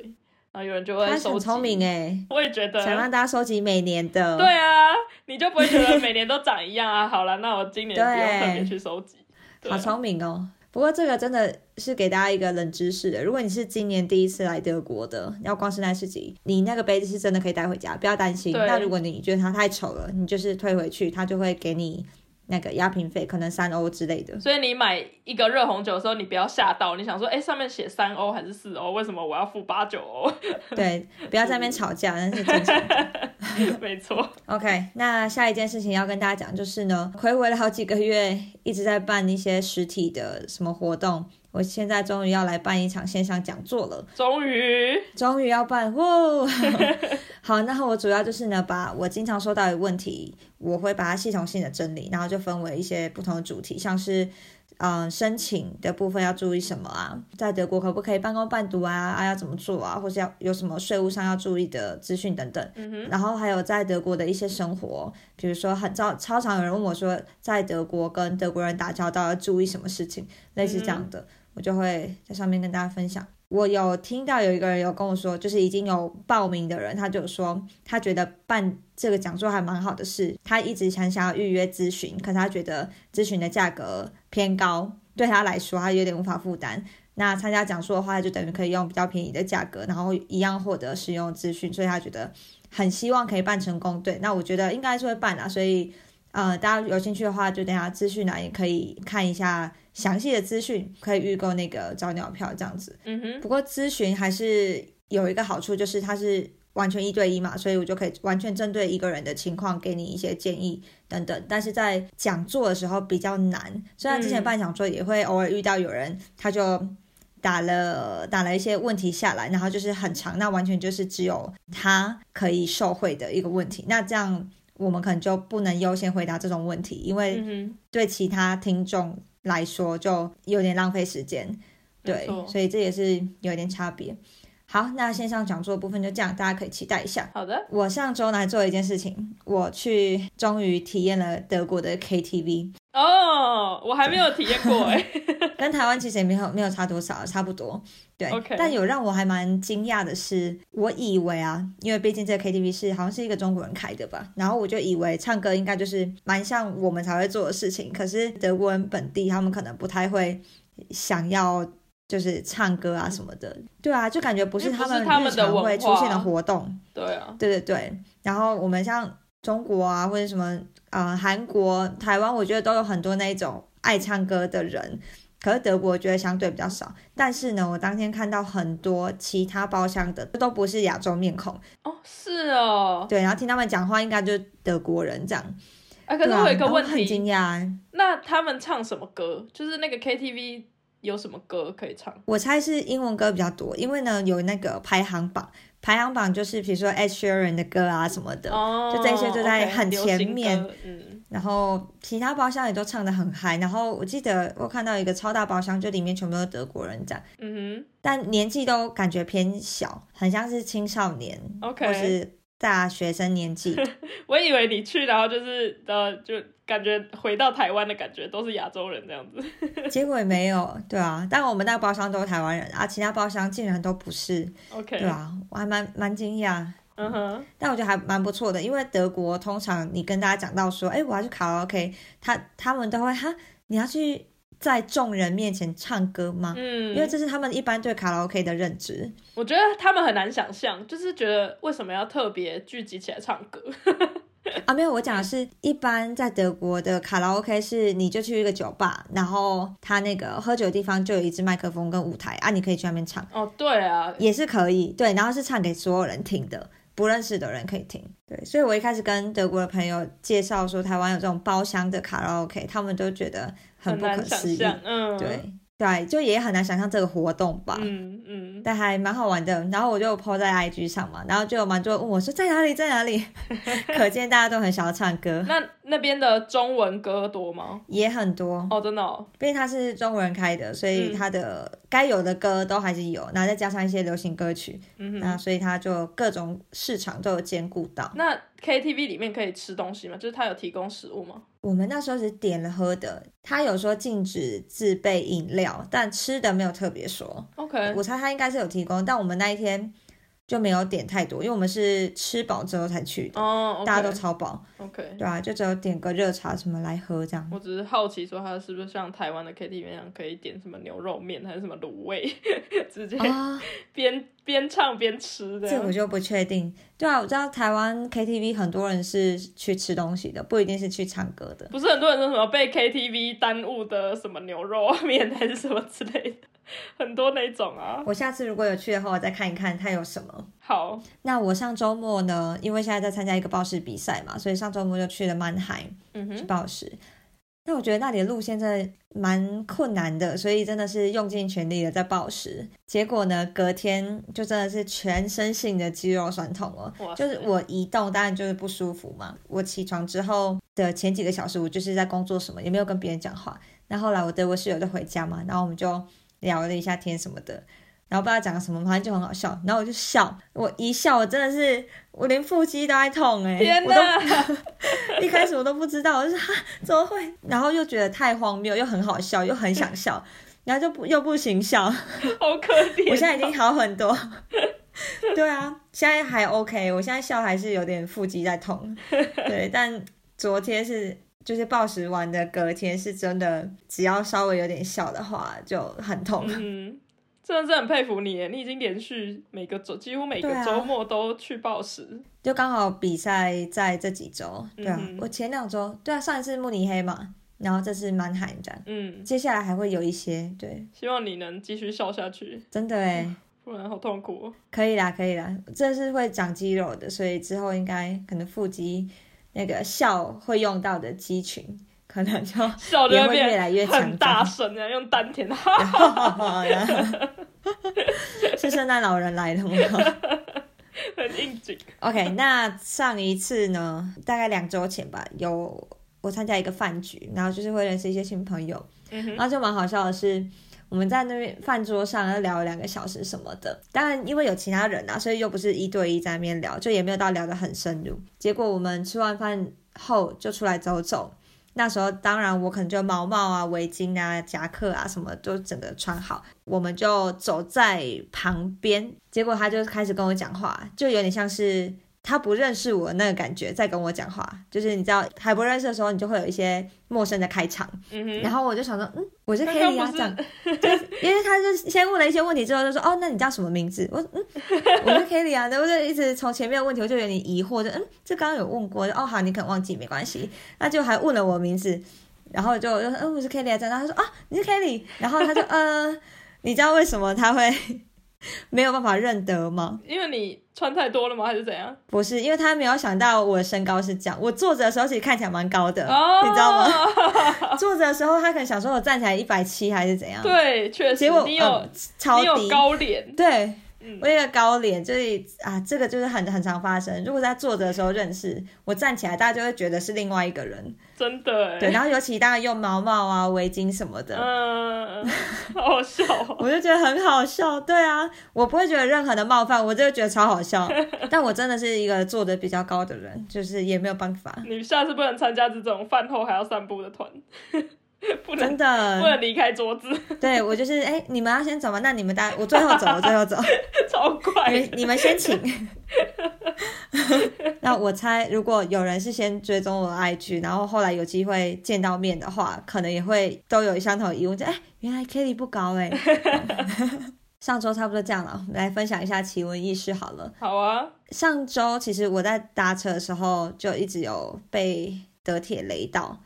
S2: 然后有人就
S1: 它
S2: 会收
S1: 很
S2: 集
S1: 聪明诶，
S2: 我也觉得，
S1: 想让大家收集每年的，
S2: 对啊，你就不会觉得每年都长一样啊。 好了，那我今年不用特别去收集。对啊
S1: 好聪明哦。不过这个真的是给大家一个冷知识的，如果你是今年第一次来德国的，要逛圣诞市集，你那个杯子是真的可以带回家，不要担心。
S2: 对
S1: 那如果你觉得它太丑了，你就是退回去，它就会给你那个押品费，可能三欧之 类的。
S2: 所以你买一个热红酒的时候，你不要吓到，你想说，哎、上面写三欧还是四欧，为什么我要付八 九欧？
S1: 对，不要在那边吵架，那是正常 的。
S2: 没错，
S1: OK，那下一件事情要跟大家讲就是呢，回回了好几个月，一直在办一些实体的什么活动，我现在终于要来办一场线上讲座了。
S2: 终于，
S1: 终于要办哇！ 好，那我主要就是呢，把我经常收到的问题，我会把它系统性的整理，然后就分为一些不同的主题，像是嗯、呃申请的部分要注意什么啊，在德国可不可以半工半读啊，啊要怎么做啊，或是要有什么税务上要注意的资讯等等。
S2: 嗯哼，
S1: 然后还有在德国的一些生活，比如说很超超常有人问我说，在德国跟德国人打交道要注意什么事情，类似这
S2: 嗯
S1: 样的，我就会在上面跟大家分享。我有听到有一个人有跟我说，就是已经有报名的人，他就说他觉得办这个讲座还蛮好的是，他一直很想要预约咨询，可是他觉得咨询的价格偏高，对他来说他有点无法负担。那参加讲座的话，他就等于可以用比较便宜的价格，然后一样获得实用的资讯，所以他觉得很希望可以办成功。对，那我觉得应该是会办啦，啊所以呃，大家有兴趣的话，就等一下资讯栏也可以看一下详细的资讯，可以预购那个早鸟票这样子。
S2: 嗯哼，
S1: 不过咨询还是有一个好处，就是它是完全一对一嘛，所以我就可以完全针对一个人的情况给你一些建议等等。但是在讲座的时候比较难，虽然之前
S2: 嗯
S1: 办讲座也会偶尔遇到有人他就。打了打了一些问题下来，然后就是很长，那完全就是只有他可以受惠的一个问题。那这样我们可能就不能优先回答这种问题，因为
S2: 嗯哼，
S1: 对其他听众来说就有点浪费时间，
S2: 没
S1: 对
S2: 错，
S1: 所以这也是有点差别。好，那线上讲座部分就这样，大家可以期待一下。
S2: 好的，
S1: 我上周呢还做了一件事情，我去终于体验了德国的 KTV，
S2: 哦、我还没有体验过哎、
S1: 跟台湾其实也没有没有差多少，差不多。对
S2: OK
S1: 但有让我还蛮惊讶的是，我以为啊，因为毕竟这个 KTV 是好像是一个中国人开的吧，然后我就以为唱歌应该就是蛮像我们才会做的事情，可是德国人本地他们可能不太会想要就是唱歌啊什么的，对啊，就感觉不是
S2: 因为不
S1: 他
S2: 是
S1: 们
S2: 他们
S1: 日
S2: 的
S1: 常
S2: 文
S1: 会出
S2: 化
S1: 现的活动，
S2: 对啊，
S1: 对对对，然后我们像中国啊，或者什么呃韩国、台湾，我觉得都有很多那种爱唱歌的人。可是德国我觉得相对比较少，但是呢，我当天看到很多其他包厢的都不是亚洲面孔，
S2: 哦、是哦，
S1: 对，然后听他们讲话应该就是德国人这样。
S2: 哎、可
S1: 对
S2: 是
S1: 啊，
S2: 我有一个
S1: 然后
S2: 问
S1: 很
S2: 题，
S1: 惊讶，
S2: 那他们唱什么歌？就是那个 KTV 有什么歌可以唱？
S1: 我猜是英文歌比较多，因为呢有那个排行榜，排行榜就是比如说 Ed Sheeran 的歌啊什么的，
S2: 哦，
S1: 就这些就在
S2: OK，
S1: 很
S2: 流
S1: 前
S2: 行歌
S1: 面，
S2: 嗯。
S1: 然后其他包厢也都唱得很嗨，然后我记得我看到一个超大包厢，就里面全部都是德国人这样，
S2: 嗯
S1: 但年纪都感觉偏小，很像是青少年
S2: 哼
S1: 或
S2: ，OK，
S1: 是大学生年 纪。
S2: 我以为你去，然后就是呃，就感觉回到台湾的感觉都是亚洲人这样子。
S1: 结果也没有，对啊，但我们那个包厢都是台湾人啊，其他包厢竟然都不是，
S2: OK，
S1: 对啊，我还蛮蛮惊讶。
S2: 嗯哼，
S1: 但我觉得还蛮不错的，因为德国通常你跟大家讲到说，哎，我要去卡拉 OK，他他们都会哈，你要去在众人面前唱歌吗？
S2: 嗯，
S1: 因为这是他们一般对卡拉 OK 的认知。
S2: 我觉得他们很难想象，就是觉得为什么要特别聚集起来唱歌。
S1: 啊，没有，我讲的是一般在德国的卡拉 OK 是，你就去一个酒吧，然后他那个喝酒的地方就有一支麦克风跟舞台啊，你可以去那边唱，
S2: 哦， 对啊，
S1: 也是可以，对，然后是唱给所有人听的。不认识的人可以听，对，所以我一开始跟德国的朋友介绍说台湾有这种包厢的卡拉 OK，他们都觉得很不可
S2: 难想
S1: 思议，
S2: 象，嗯，
S1: 对对，就也很难想象这个活动吧，
S2: 嗯嗯，
S1: 但还蛮好玩的。然后我就 po 在 IG 上嘛，然后就有蛮多人问我说在哪里，在哪里， 可见大家都很想要唱歌，
S2: 那那边的中文歌多吗？
S1: 也很多，
S2: 哦，真的、哦，
S1: 毕竟它是中国人开的，所以
S2: 嗯
S1: 它的该有的歌都还是有，然后再加上一些流行歌曲，
S2: 嗯哼。
S1: 那所以它就各种市场都有兼顾到。
S2: 那 KTV 里面可以吃东西吗？就是它有提供食物吗？
S1: 我们那时候只点了喝的，它有说禁止自备饮料，但吃的没有特别说。
S2: OK，
S1: 我猜他应该是有提供，但我们那一天就没有点太多，因为我们是吃饱之后才去的，
S2: 哦，OK，
S1: 大家都超饱，
S2: OK。
S1: 对啊，就只有点个热茶什么来喝这样。
S2: 我只是好奇，说它是不是像台湾的 KTV 那样，可以点什么牛肉面还是什么卤味， 直接
S1: 啊、
S2: 边边唱边吃的。
S1: 这我就不确定。对啊，我知道台湾 KTV 很多人是去吃东西的，不一定是去唱歌的。
S2: 不是很多人说什么被 KTV 耽误的什么牛肉啊 面还是什么之类的，很多那种啊。
S1: 我下次如果有去的话，我再看一看它有什么。
S2: 好，
S1: 那我上周末呢，因为现在在参加一个报时比赛嘛，所以上周末就去了曼海
S2: 嗯
S1: 去
S2: 哼，
S1: 报时。那我觉得那里的路线真的蛮困难的，所以真的是用尽全力的在报时。结果呢，隔天就真的是全身性的肌肉酸痛哦，
S2: 哇
S1: 就是我移动当然就是不舒服嘛。我起床之后的前几个小时，我就是在工作什么，也没有跟别人讲话。那后来我德国室友就回家嘛，然后我们就聊了一下天什么的，然后不知道讲什么，反正就很好笑。然后我就笑，我一笑，我真的是我连腹肌都在痛哎、
S2: 天
S1: 我都
S2: 哪，
S1: 一开始我都不知道，我就说哈怎么会，然后又觉得太荒谬，又很好笑，又很想笑，然后就不又不行笑。
S2: 好可怜。
S1: 我现在已经好很多。对啊，现在还 OK，我现在笑还是有点腹肌在痛。对，但昨天是就是暴食完的隔天是真的，只要稍微有点笑的话就很痛。
S2: 嗯，真的是很佩服你耶，你已经连续每个周几乎每
S1: 对啊
S2: 个周末都去报时。
S1: 就刚好比赛在这几周，对啊，
S2: 嗯哼
S1: 我前两周对啊，上一次慕尼黑嘛，然后这次曼海这样，
S2: 嗯，
S1: 接下来还会有一些，对，
S2: 希望你能继续笑下去，
S1: 真的哎。
S2: 不然好痛苦、哦。
S1: 可以啦，可以啦，这是会长肌肉的，所以之后应该可能腹肌那个笑会用到的肌群，可能就
S2: 笑就
S1: 也会越
S2: 变
S1: 来越强
S2: 很大
S1: 壮。
S2: 声啊，用丹田。
S1: 是圣诞老人来了吗
S2: 很应景。
S1: ？OK，那 上一次呢，大概两周前吧，有我参加一个饭局，然后就是会认识一些新朋友，
S2: 嗯哼，
S1: 然后就蛮好笑的是，我们在那边饭桌上要聊了两个小时什么的，当然因为有其他人啊，所以又不是一对一在那边聊，就也没有到聊得很深入。结果我们吃完饭后就出来走走。那时候当然我可能就毛毛啊、围巾啊、夹克啊什么都整个穿好，我们就走在旁边。结果他就开始跟我讲话，就有点像是他不认识我那个感觉，在跟我讲话。就是你知道还不认识的时候，你就会有一些陌生的开场，
S2: 嗯哼，
S1: 然后我就想说，嗯，我是
S2: 刚
S1: k
S2: 刚
S1: e 啊，
S2: 不
S1: 这
S2: 是
S1: 样，就是因为他就先问了一些问题之后，就说，哦，那你叫什么名字？我，嗯，我是 k e 啊，对我就一直从前面的问题，我就有点疑惑，就，嗯，这刚刚有问过，就哦，好，你可能忘记，没关系，那就还问了我名字，然后就我就说，嗯，我是 k e 啊，这样，然后他说，啊，你是 k e 然后他就，呃，你知道为什么他会 没有办法认得吗？
S2: 因为你穿太多了吗？还是怎样？
S1: 不是，因为他没有想到我的身高是这样，我坐着的时候其实看起来蛮高的，
S2: 哦，
S1: 你知道吗？ 坐着的时候他可能想说我站起来一百七还是怎样，
S2: 对，确实
S1: 结果，
S2: 你有、
S1: 嗯、超
S2: 你有
S1: 低，
S2: 高脸，
S1: 对
S2: 嗯
S1: 我有一个高脸，就是啊，这个就是很很常发生。如果在坐着的时候认识，我站起来大家就会觉得是另外一个人，
S2: 真的
S1: 对。
S2: 哎。
S1: 然后尤其当然用毛毛啊、围巾什么的，
S2: 嗯，好好笑哦。
S1: 我就觉得很好笑，对啊，我不会觉得任何的冒犯，我就觉得超好 笑。但我真的是一个坐得比较高的人，就是也没有办法，
S2: 你下次不能参加这种饭后还要散步的团，不能
S1: 真
S2: 不
S1: 的。
S2: 能离开桌子，
S1: 对我就是，哎、你们要先走吗？那你们大，我最 后走，我最后走。
S2: 超
S1: 你
S2: 怪
S1: 们。你们先请。 那我猜，如果有人是先追踪我的 IG，然后后来有机会见到面 的话，可能也会都有相同的疑问，就哎，原来 Kelly 不高哎、欸上周差不多这样了，我们来分享一下奇闻异事好了。
S2: 好啊，
S1: 上周其实我在搭车的时候就一直有被德铁雷到，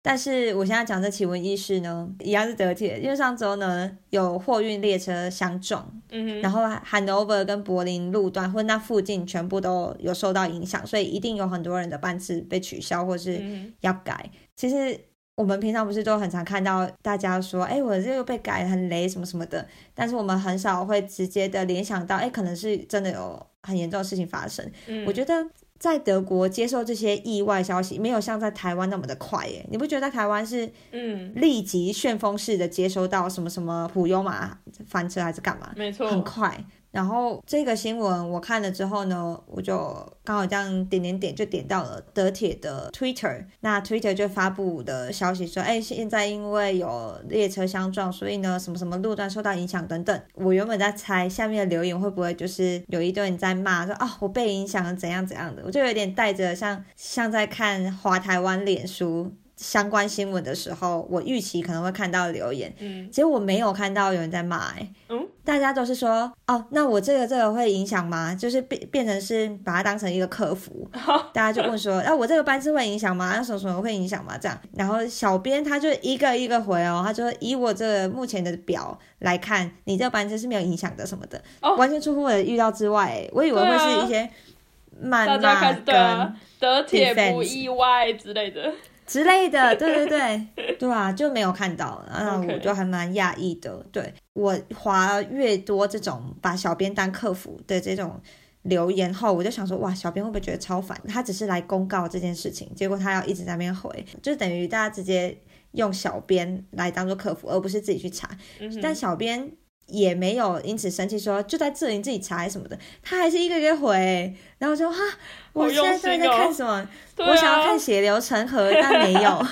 S1: 但是我现在讲这奇闻异事呢，一样是德铁，因为上周呢有货运列车相撞，
S2: 嗯哼，
S1: 然后 Hanover 跟柏林路段或那附近全部都有受到影响，所以一定有很多人的班次被取消或是
S2: 嗯
S1: 要改。其实我们平常不是都很常看到大家说，哎、我这个被改很雷什么什么的，但是我们很少会直接的联想到，哎、可能是真的有很严重的事情发生。
S2: 哼，嗯，
S1: 我觉得在德国接受这些意外消息，没有像在台湾那么的快耶。你不觉得在台湾是
S2: 嗯，
S1: 立即旋风式的接收到什么什么普悠玛翻车还是干嘛？
S2: 没错，
S1: 很快。然后这个新闻我看了之后呢，我就刚好这样点点点就点到了德铁的 Twitter，那 Twitter 就发布的消息说，哎，现在因为有列车相撞，所以呢什么什么路段受到影响等等。我原本在猜下面的留言会不会就是有一堆人在骂说啊、我被影响了怎样怎样的，我就有点带着像像在看华台湾脸书相关新闻的时候，我预期可能会看到留言，
S2: 嗯
S1: 结果我没有看到有人在骂、欸，
S2: 嗯，
S1: 大家都是说，哦，那我这个这个会影响吗？就是变变成是把它当成一个客服，大家就问 说，那、啊我这个班次会影响吗？那什么什么会影响吗？这样，然后小编他就一个一个回哦，他就说以我这个目前的表来看，你这个班次是没有影响的什么的，
S2: 哦
S1: 完全出乎我的预料之外欸，我以为
S2: 对
S1: 会
S2: 啊
S1: 是一些
S2: 大
S1: 谩
S2: 家
S1: 骂
S2: 开始对
S1: 跟
S2: 啊，德铁不
S1: defense
S2: 意外之类的，
S1: 之类 的，对对对，对啊，就没有看到，然后
S2: OK
S1: 我就还蛮讶异的。对我划越多这种把小编当客服的这种留言后，我就想说，哇，小编会不会觉得超烦？他只是来公告这件事情，结果他要一直在那边回，就等于大家直接用小编来当做客服，而不是自己去查。
S2: 嗯哼，
S1: 但小编也没有因此生气说就在这里你自己查什么的，他还是一个一个回，然后我就哈，我
S2: 好
S1: 现
S2: 用
S1: 在到底
S2: 心
S1: 在
S2: 哦
S1: 看什么？
S2: 对
S1: 我想要
S2: 啊
S1: 看血流成 河，但没有。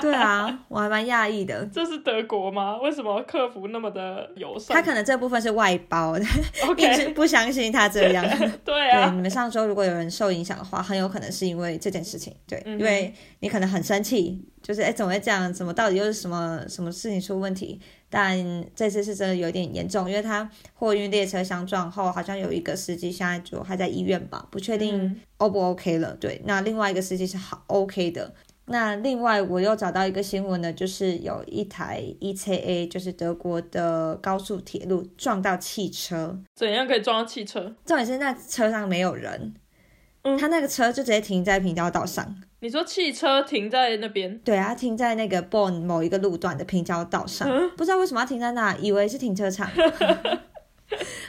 S1: 对啊，我还蛮讶异的。
S2: 这是德国吗？为什么客服那么的友
S1: 他
S2: 善
S1: 可能这部分是外包的，一直
S2: ？OK，
S1: 不相信他这样。
S2: 对
S1: 对，
S2: 啊，
S1: 你们上周如果有人受影响的话，很有可能是因为这件事情。对，
S2: 嗯哼
S1: 因为你可能很生气，就是哎、诶怎么会这样？怎么到底又是什么什么事情出问题？但这次是真的有点严重，因为他货运列车相撞后，好像有一个司机现在就还在医院吧，不确定
S2: 嗯
S1: O 不 OK 了。对，那另外一个司机是好 OK 的。那另外我又找到一个新闻呢，就是有一台 ECA，就是德国的高速铁路撞到汽车，
S2: 怎样可以装到汽车？
S1: 重点是那车上没有人，
S2: 嗯
S1: 他那个车就直接停在平交道上。
S2: 你说汽车停在那边，
S1: 对啊，他停在那个 Bon 某一个路段的平交道上，
S2: 嗯
S1: 不知道为什么要停在那，以为是停车场，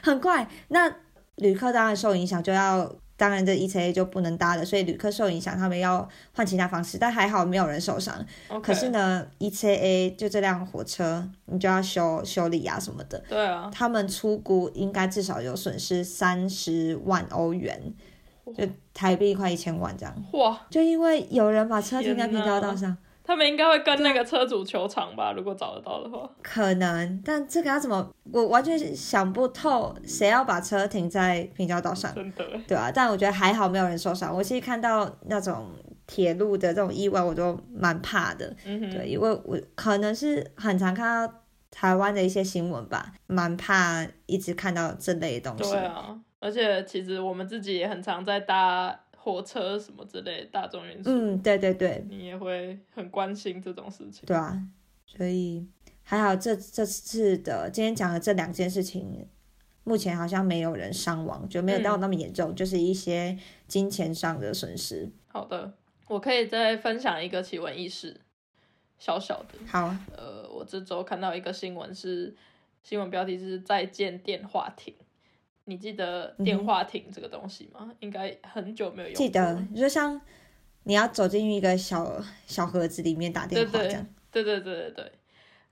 S1: 很怪。那旅客当然受影响，就要当然这 ETA 就不能搭了，所以旅客受影响，他们要换其他方式。但还好没有人受伤。可
S2: OK，
S1: 是呢，ETA 就这辆火车，你就要修修理啊什么的。
S2: 对啊，
S1: 他们出估应该至少有损失三十万欧元，就台币快一千万这样。
S2: 哇，
S1: 就因为有人把车停在
S2: 天
S1: 平
S2: 哪
S1: 交道上，
S2: 他们应该会跟那个车主求偿吧？如果找得到的话，
S1: 可能，但这个要怎么，我完全是想不透，谁要把车停在平交道上，
S2: 真的，
S1: 对啊，但我觉得还好没有人受伤。我其实看到那种铁路的这种意外，我都蛮怕的。
S2: 嗯哼，
S1: 对，因为我可能是很常看到台湾的一些新闻吧，蛮怕一直看到这类的东西。
S2: 对啊，而且其实我们自己也很常在搭火车什么之类大众运输，
S1: 嗯，对对对，
S2: 你也会很关心这种事情。
S1: 对啊，所以还好这这次的今天讲的这两件事情，目前好像没有人伤亡，就没有
S2: 嗯
S1: 到那么严重，就是一些金钱上的损失。
S2: 好的，我可以再分享一个奇闻异事，小小的。
S1: 好，
S2: 呃，我这周看到一个新闻是，新闻标题是“再见电话亭”。你记得电话亭这个东西吗？应该很久没有用过
S1: 记
S2: 了。
S1: 得就像你要走进一个小小盒子里面打电话
S2: 对对
S1: 这样，
S2: 对对对对对。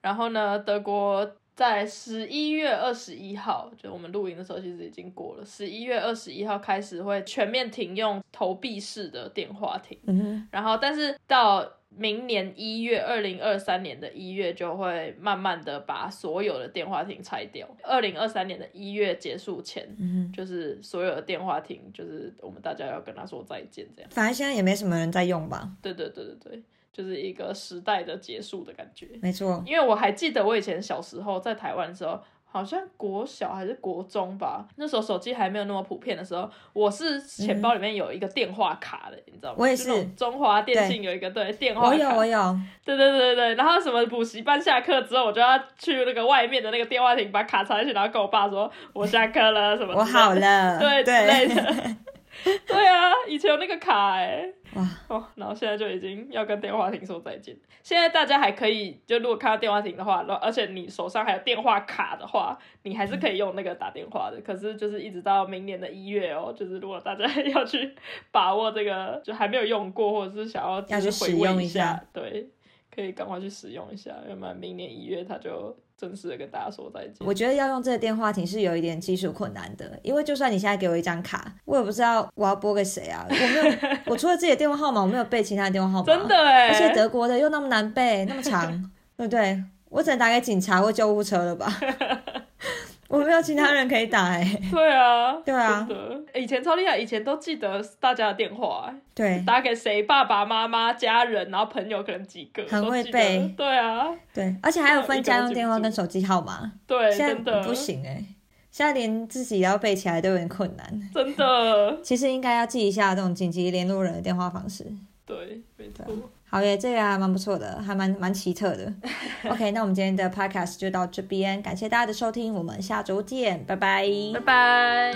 S2: 然后呢，德国在十一月二十一号，就我们录影的时候其实已经过了，十一月二十一号开始会全面停用投币式的电话亭。
S1: 嗯哼，
S2: 然后但是到明年一月，二零二三年的一月就会慢慢的把所有的电话亭拆掉。二零二三年的一月结束前，
S1: 嗯
S2: 就是所有的电话亭，就是我们大家要跟他说再见，这样。
S1: 反正现在也没什么人在用吧，
S2: 对对对对对，就是一个时代的结束的感觉。
S1: 没错，
S2: 因为我还记得我以前小时候在台湾的时候，好像国小还是国中吧，那时候手机还没有那么普遍的时候，我是钱包里面有一个电话卡的，你知道吗？
S1: 我也是
S2: 就那种中华电信有一个对电话
S1: 我
S2: 卡，
S1: 有我有，
S2: 对对对对对。然后什么补习班下课之后，我就要去那个外面的那个电话亭把卡插进去，然后跟我爸说我下课了什么
S1: 我
S2: 之类的
S1: 好了，
S2: 对之类
S1: 对，
S2: 的。对啊，以前有那个卡哎、
S1: 哇，
S2: 哦，然后现在就已经要跟电话亭说再见。现在大家还可以，就如果看到电话亭的话，然后而且你手上还有电话卡的话，你还是可以用那个打电话的。可是就是一直到明年的一月哦，就是如果大家 要去把握这个，就还没有用过，或者是想要
S1: 要去
S2: 就是回
S1: 使用
S2: 味
S1: 一
S2: 下，
S1: 下
S2: 对，可以赶快去使用一下，要不然明年一月它就正式的跟大家说再见。
S1: 我觉得要用这个电话亭是有一点技术困难的，因为就算你现在给我一张卡，我也不知道我要拨给谁啊。我没有，我除了自己的电话号码，我没有背其他的电话号码。
S2: 真的，哎、
S1: 而且德国的又那么难背，那么长，对不对？我只能打给警察或救护车了 吧？我没有其他人可以打哎、
S2: 对啊，
S1: 对啊
S2: 真的，欸以前超厉害，以前都记得大家的电话、哎
S1: 对
S2: 打给谁，爸爸妈妈、家人，然后朋友可能几个，
S1: 很会
S2: 都记得
S1: 背
S2: 对啊，
S1: 对，而且还有分家用电话
S2: 一个都记不住
S1: 跟手机号码，
S2: 对，
S1: 现
S2: 真
S1: 在
S2: 的
S1: 不，行哎、现在连自己要背起来都有点困难。
S2: 真的，
S1: 其实应该要记一下这种紧急联络人的电话方式。
S2: 对，没错。
S1: 好耶，这个还蛮不错的，还蛮蛮奇特 的。OK，那我们今天的 Podcast 就到这边，感谢大家的收听，我们下周见，拜拜。
S2: 拜拜。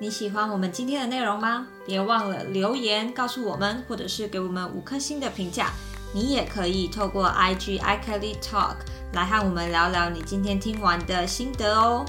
S1: 你喜欢我们今天的内容吗？别忘了留言告诉我们，或者是给我们五颗星的评价。你也可以 E 透过 IG iKelly Talk 来和我们聊聊你今天听完的心得哦。